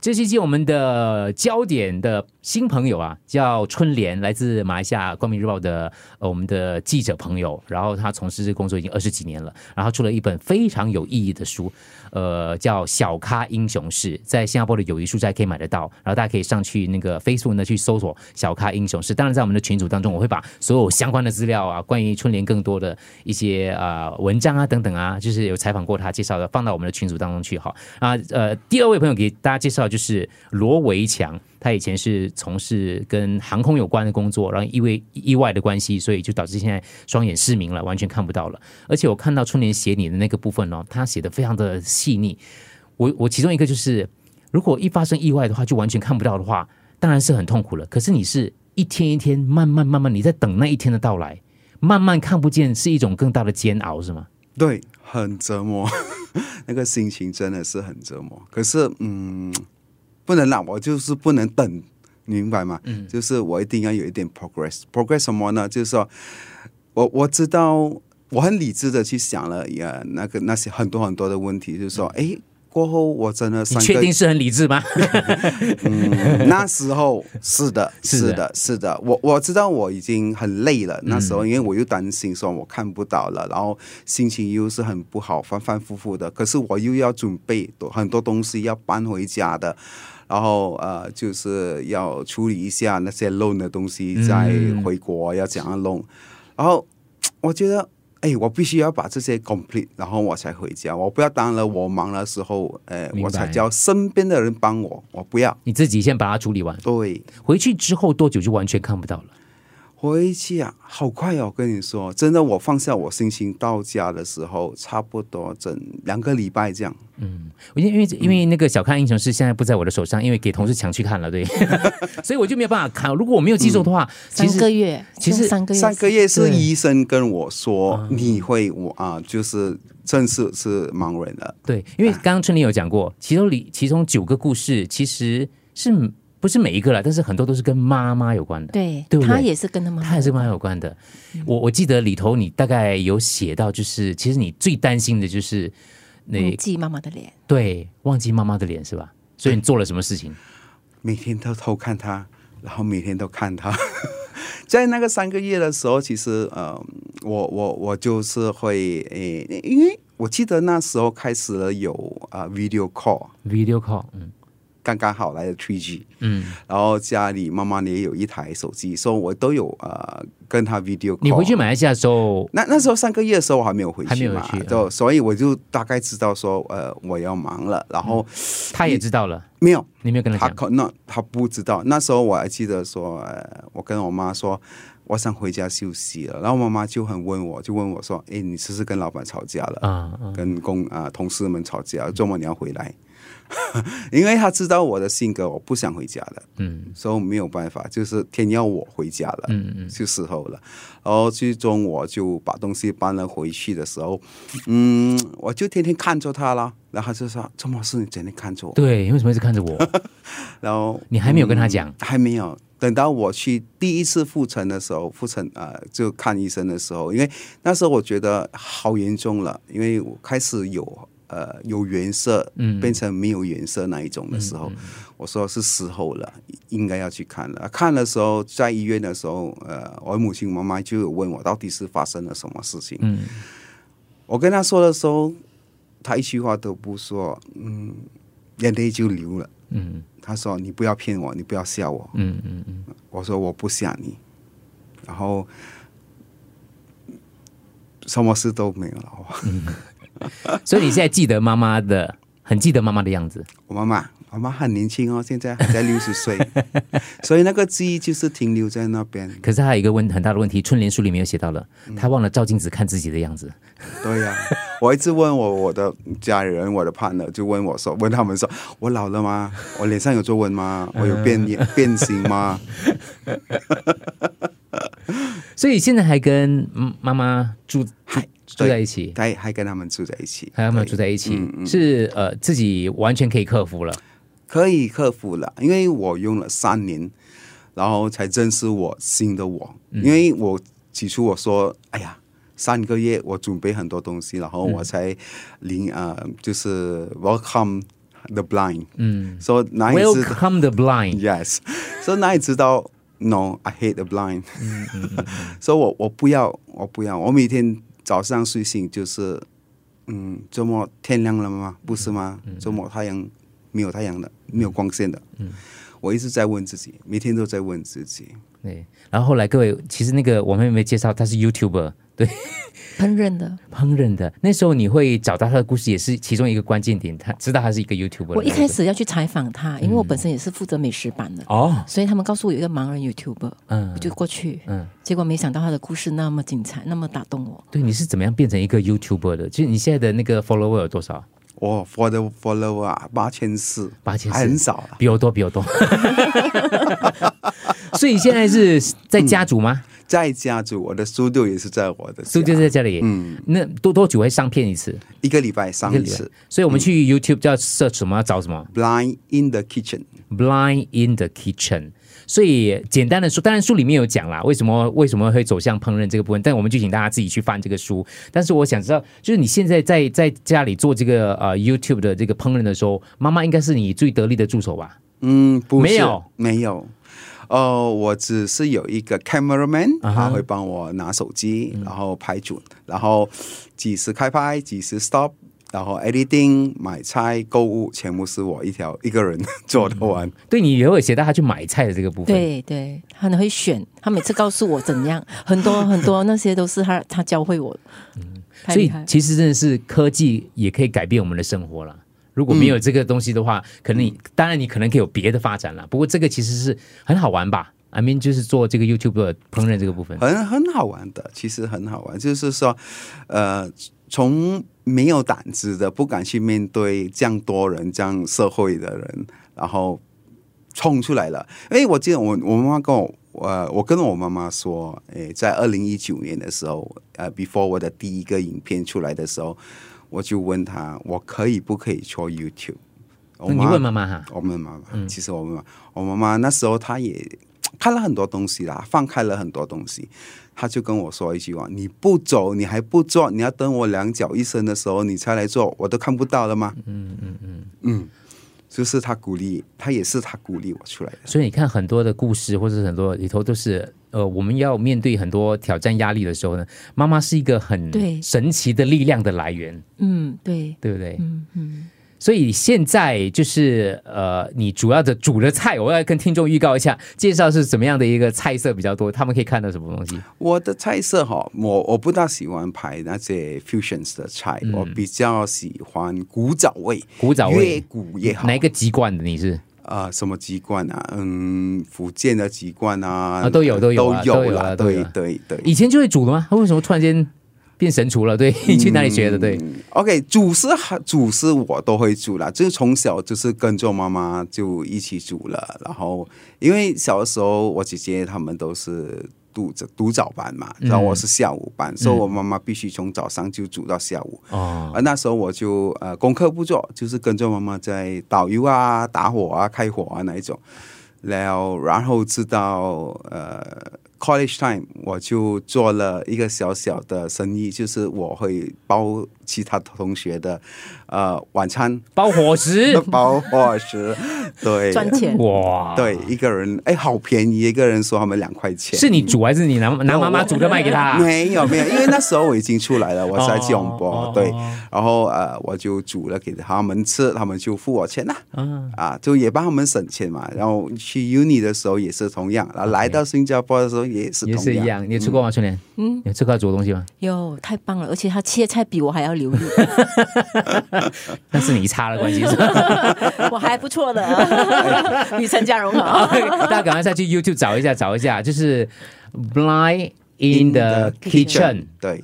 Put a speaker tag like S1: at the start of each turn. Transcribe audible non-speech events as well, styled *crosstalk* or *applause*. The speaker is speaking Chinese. S1: 这期我们的焦点的新朋友啊，叫春莲，来自马来西亚《光明日报的》呃我们的记者朋友，然后他从事这工作已经二十几年了，然后出了一本非常有意义的书，呃，叫《小咖英雄式》，在新加坡的友谊书斋可以买得到，然后大家可以上去那个 *laughs* Facebook 呢去搜索“小咖英雄式”。当然，在我们的群组当中，我会把所有相关的资料啊，关于春莲更多的一些啊、呃文章啊等等啊，就是有采访过他介绍的，放到我们的群组当中去哈。啊，呃，第二位朋友给大家介绍就是罗维强，他以前是从事跟航空有关的工作，然后因为意外的关系，所以就导致现在双眼失明了，完全看不到了。而且我看到春莲写你的那个部分哦，他写的非常的细腻。我我其中一个就是，如果一发生意外的话，就完全看不到的话，当然是很痛苦了。可是你是一天一天，慢慢慢慢，你在等那一天的到来，慢慢看不见是一种更大的煎熬，是吗？
S2: 对，很折磨， *laughs* 那个心情真的是很折磨。可是，嗯，不能啦，我就是不能等，你明白吗？嗯，就是我一定要有一点 progress。progress 什么呢？就是说我我知道，我很理智的去想了，也那个那些很多很多的问题，就是说，诶，过后我真
S1: 嗯
S2: 的
S1: 你
S2: 三
S1: 确
S2: 个
S1: 定是很理智吗？
S2: 嗯，那时候是的，
S1: *laughs* 是
S2: 是
S1: 的嗯
S2: 的，是的，我我知道我已经很累了。那时候，因为我又担心说我看不到了，然后心情又是很不好，反反复复的。可是我又要准备多很多东西要搬回家的，然后呃，就是要处理一下那些 loan 的东西，再
S1: 嗯
S2: 回国要怎样弄。然后我觉得，哎，我必须要把这些 complete，然后我才回家。我不要当了我忙的时候，哎，
S1: 明白
S2: 我才叫身边的人帮我，我不要。
S1: 你自己先把它处理完，
S2: 对，
S1: 回去之后多久就完全看不到了？
S2: 回去啊，好快哦！跟你说，真的，我放下我心情到家的时候，差不多整两个礼拜这样。
S1: 我因为
S3: 嗯
S1: 因为那个小看英雄是现在不在我的手上，因为给同事抢去看了，
S3: *laughs*
S1: 对，所以我就没有办法看。如果我没有记错的话，其
S3: 嗯三个
S1: 实
S3: 月，
S1: 其实
S3: 用三个月，
S2: 上个月是
S1: 对
S2: 医生跟我说，你会我啊，就是正式是盲人了。
S1: 对，因为刚刚春丽有讲过，其中里其中九个故事其实是不是每一个了，但是很多都是跟妈妈有关的。
S3: 对
S1: 对不对
S3: 他也是跟他妈妈，嗯
S1: 它也是跟妈妈有关的。我我记得里头你大概有写到，就是其实你最担心的就是
S3: 嗯
S1: 你
S3: 记妈妈的脸，
S1: 对忘记妈妈的脸是吧？所以你做了什么事情？
S2: 每天都偷看他，然后每天都看他。 *laughs* 在那个三个月的时候，其实呃，我我我就是会诶、因为我记得那时候开始了有啊、video call，
S1: video call，嗯
S2: 刚刚好来的 three G，
S1: 嗯，
S2: 然后家里妈妈也有一台手机，所以我都有呃跟他 video call。
S1: 你回去马来西亚的时候，
S2: 那那时候上个月的时候我还没有回
S1: 还没
S2: 去
S1: 有
S2: 嘛，
S1: 回去嗯
S2: 就所以我就大概知道说呃我要忙了，然后、
S1: 他也知道了，
S2: 没有
S1: 你没有跟他
S2: 他
S1: 讲，
S2: 可那他不知道。那时候我还记得说，呃、我跟我妈说，我想回家休息了。然后妈妈就很问我，就问我说：“诶，你是不是跟老板吵架了？
S1: 啊啊，
S2: 跟工啊、同事们吵架，周末你要回来？” *laughs* 因为他知道我的性格，我不想回家的，
S1: 嗯
S2: 所以没有办法，就是天要我回家了。
S1: 嗯嗯，
S2: 是时候了。然后最终我就把东西搬了回去的时候，嗯，我就天天看着他啦。然后他就说：“这么是你整天看着我。
S1: 对，为什么一直看着我？”
S2: 然后嗯
S1: 你还没有跟他讲，
S2: 还没有。等到我去第一次复诊的时候，复诊呃就看医生的时候，因为那时候我觉得好严重了，因为我开始有呃有原色，
S1: 嗯
S2: 变成没有原色那一种的时候，我说是时候了，应该要去看了。看的时候在医院的时候，呃，我母亲妈妈就有问我到底是发生了什么事情。
S1: 嗯，
S2: 我跟她说的时候，她一句话都不说，嗯，眼泪就流了。
S1: 嗯
S2: 她说：“你不要骗我，你不要吓我。”
S1: 嗯嗯嗯，
S2: 我说我不想你，然后什么事都没有了。 *laughs* 我
S1: 所以你现在记得妈妈的，很记得妈妈的样子，
S2: 我妈妈，我妈很年轻哦，现在 *laughs* 还在六十
S1: *laughs*
S2: 岁，所以那个记忆就是停留在那边。
S1: 可是还有一个问很大的问题，春联书里面有写到了，他忘了照镜子看自己的样子，
S2: 对呀、我一直问我我的家人、我的 partner，就问我说，问他们说，我老了吗？我脸上有皱纹吗？我有
S1: *laughs*
S2: 变
S1: 嗯
S2: 脸变形吗？
S1: 所以现在还跟嗯妈妈住住住在一起，
S2: 还还跟他们住在一起，
S1: 还有没有
S2: 对
S1: 住在一起？是呃自己完全可以克服了。
S2: 可以克服了，因为我用了三年，然后才认识我新的我。
S1: 嗯
S2: 因为我起初我说，哎呀，三个
S1: 嗯
S2: 月我准备很多东西，然后我才领啊、呃就是 welcome the blind，
S1: 嗯
S2: 所以哪里知道
S1: ，Welcome the blind，
S2: *laughs* Yes，所以哪里知道？No，I hate the blind。所以我我不要，我不要。我每天早上睡醒就是，嗯，周末天亮了吗？不是吗？周末太阳没有太阳的，没有光线的。我一直在问自己，每天都在问自己。
S1: 对。然后后来各位，其实那个我们有没有介绍？他是 YouTuber，对，
S3: 烹饪的。
S1: 烹饪的。那时候你会找到他的故事，也是其中一个关键点。他知道他是一个 YouTuber。
S3: 我一开始要去采访他，因为我本身也是负责美食版的，
S1: 嗯哦，
S3: 所以他们告诉我有一个盲人 YouTuber，
S1: 嗯
S3: 我就过去，
S1: 嗯，
S3: 结果没想到他的故事那么精彩，那么打动我。
S1: 对，你是怎么样变成一个 YouTuber 的？就是你现在的那个 follower 有多少？
S2: 我哦 for the follower 啊，八千四，
S1: 8400
S2: 还很少啊，
S1: 比我多，比我多。 *laughs* 所以现在是在家煮吗？
S2: 在家住，我的 studio 也是在我的
S1: 苏就
S2: 家
S1: 在家里。
S2: 嗯，
S1: 那多多久会上片一次？
S2: 一个礼拜上
S1: 一个
S2: 一
S1: 礼拜
S2: 次。嗯
S1: 所以我们去 YouTube 叫 search 什么？要找什么
S2: Blind in the kitchen，
S1: ？Blind in the kitchen。所以简单的说，当然书里面有讲啦，为什么为什么会走向烹饪这个部分，但我们就请大家自己去翻这个书。但是我想知道，就是你现在在在家里做这个呃 YouTube 的这个烹饪的时候，妈妈应该是你最得力的助手吧？
S2: 嗯，不是
S1: 没有，
S2: 没有。哦，我只是有一个 cameraman，、
S1: 啊哈嗯
S2: 他会帮我拿手机，然后拍准，然后几时开拍，几时 stop，然后 editing、买菜、购物，全部是我一条一个人 *laughs* 做得完。
S1: 对你也会写到他去买菜的这个部分。
S3: 对对，他很会选，他每次告诉我怎样， *laughs* 很多很多那些都是他他教会我，
S1: 嗯
S3: 太
S1: 所
S3: 厉
S1: 以
S3: 害。
S1: 其实真的是科技也可以改变我们的生活了。如果没有这个东西的话，可能你
S3: 嗯
S1: 当然你可能可以有别的发展了。不过这个其实是很好玩吧？I mean，就是做这个 YouTube 的烹饪这个部分，
S2: 很很好玩的，其实很好玩，就是说，呃，从没有胆子的、不敢去面对这样多人、这样社会的人，然后冲出来了。哎，我记得我我妈妈跟我。呃，我跟我妈妈说，诶，在二零一九年的时候，呃，before 我的第一个影片出来的时候，我就问她，我可以不可以做 YouTube？我
S1: 那你问妈妈哈，
S2: 我们妈
S1: 嗯
S2: 妈，其实我妈妈，我妈妈那时候她也看了很多东西啦，放开了很多东西，她就跟我说一句话：“你不走，你还不做，你要等我两脚一伸的时候你才来做，我都看不到了吗？”嗯嗯嗯嗯，就是她鼓励，她也是她鼓励我出来的。
S1: 所以你看很多的故事或者是很多里头都是呃，我们要面对很多挑战压力的时候呢，妈妈是一个
S3: 对
S1: 很神奇的力量的来源，
S3: 嗯，对，
S1: 对不对？
S3: 嗯嗯，
S1: 所以现在就是呃，你主要的煮的菜，我要跟听众预告一下，介绍是怎么样的一个菜色比较多，他们可以看到什么东西。
S2: 我的菜色哈，我我不大喜欢排那些 fusions 的菜，我比较喜欢古早味，
S1: 嗯古早
S2: 越
S1: 味，
S2: 古越好。
S1: 哪一个籍贯的你是？
S2: 啊、什么籍贯啊？嗯，福建的籍贯啊，
S1: 啊都有都有啊
S2: 都
S1: 都有啊
S2: 啦，
S1: 都有
S2: 对
S1: 啊
S2: 对对。
S1: 以前就会煮的吗？他为什么突然间变神厨了？对，你去哪里学的？对，
S2: OK，煮是煮是我都会煮啦，就是从小就是跟着妈妈就一起煮了。然后因为小的时候我姐姐她们都是读着读早班嘛，然
S1: 嗯
S2: 后我是下午班，所以我妈妈必须从早上就煮到下午。
S1: 哦，
S2: 啊，那时候我就呃功课不做，就是跟着妈妈在导游啊、打火啊、开火啊那一种。然后，然后直到呃 college time，我就做了一个小小的生意，就是我会包其他同学的呃晚餐，，
S3: *laughs*
S1: 包伙食
S2: 包伙食，对，
S3: 赚钱。
S1: 哇，
S2: 对，，一个人哎，好便宜，一个人说他们两块钱，
S1: 是你煮还是你拿拿妈妈煮的卖给他？
S2: 没有没有，因为那时候我已经出来了，我在吉隆坡，
S1: 啊哦
S2: 对
S1: 哦哦，
S2: 然后呃，我就煮了给他们吃，他们就付我钱啦，
S1: 嗯
S2: 啊，就也帮他们省钱嘛。然后去 uni 的时候也是同样，然后来到新加坡的时候也是
S1: 也
S2: 同
S1: 是一
S2: 样。
S1: 样。你有吃过吗？春莲，嗯，有吃过他煮的东西吗？
S3: 哟，太棒了！而且他切菜比我还要流
S1: *laughs*
S3: 利，
S1: 那是你差的关系，是吧
S3: 我还不错
S1: *laughs*
S3: 的，比陈家荣好。
S1: 大家赶快再去 YouTube 找一下，找一下，就是 Blind in the
S2: kitchen，
S1: kitchen。
S2: 对，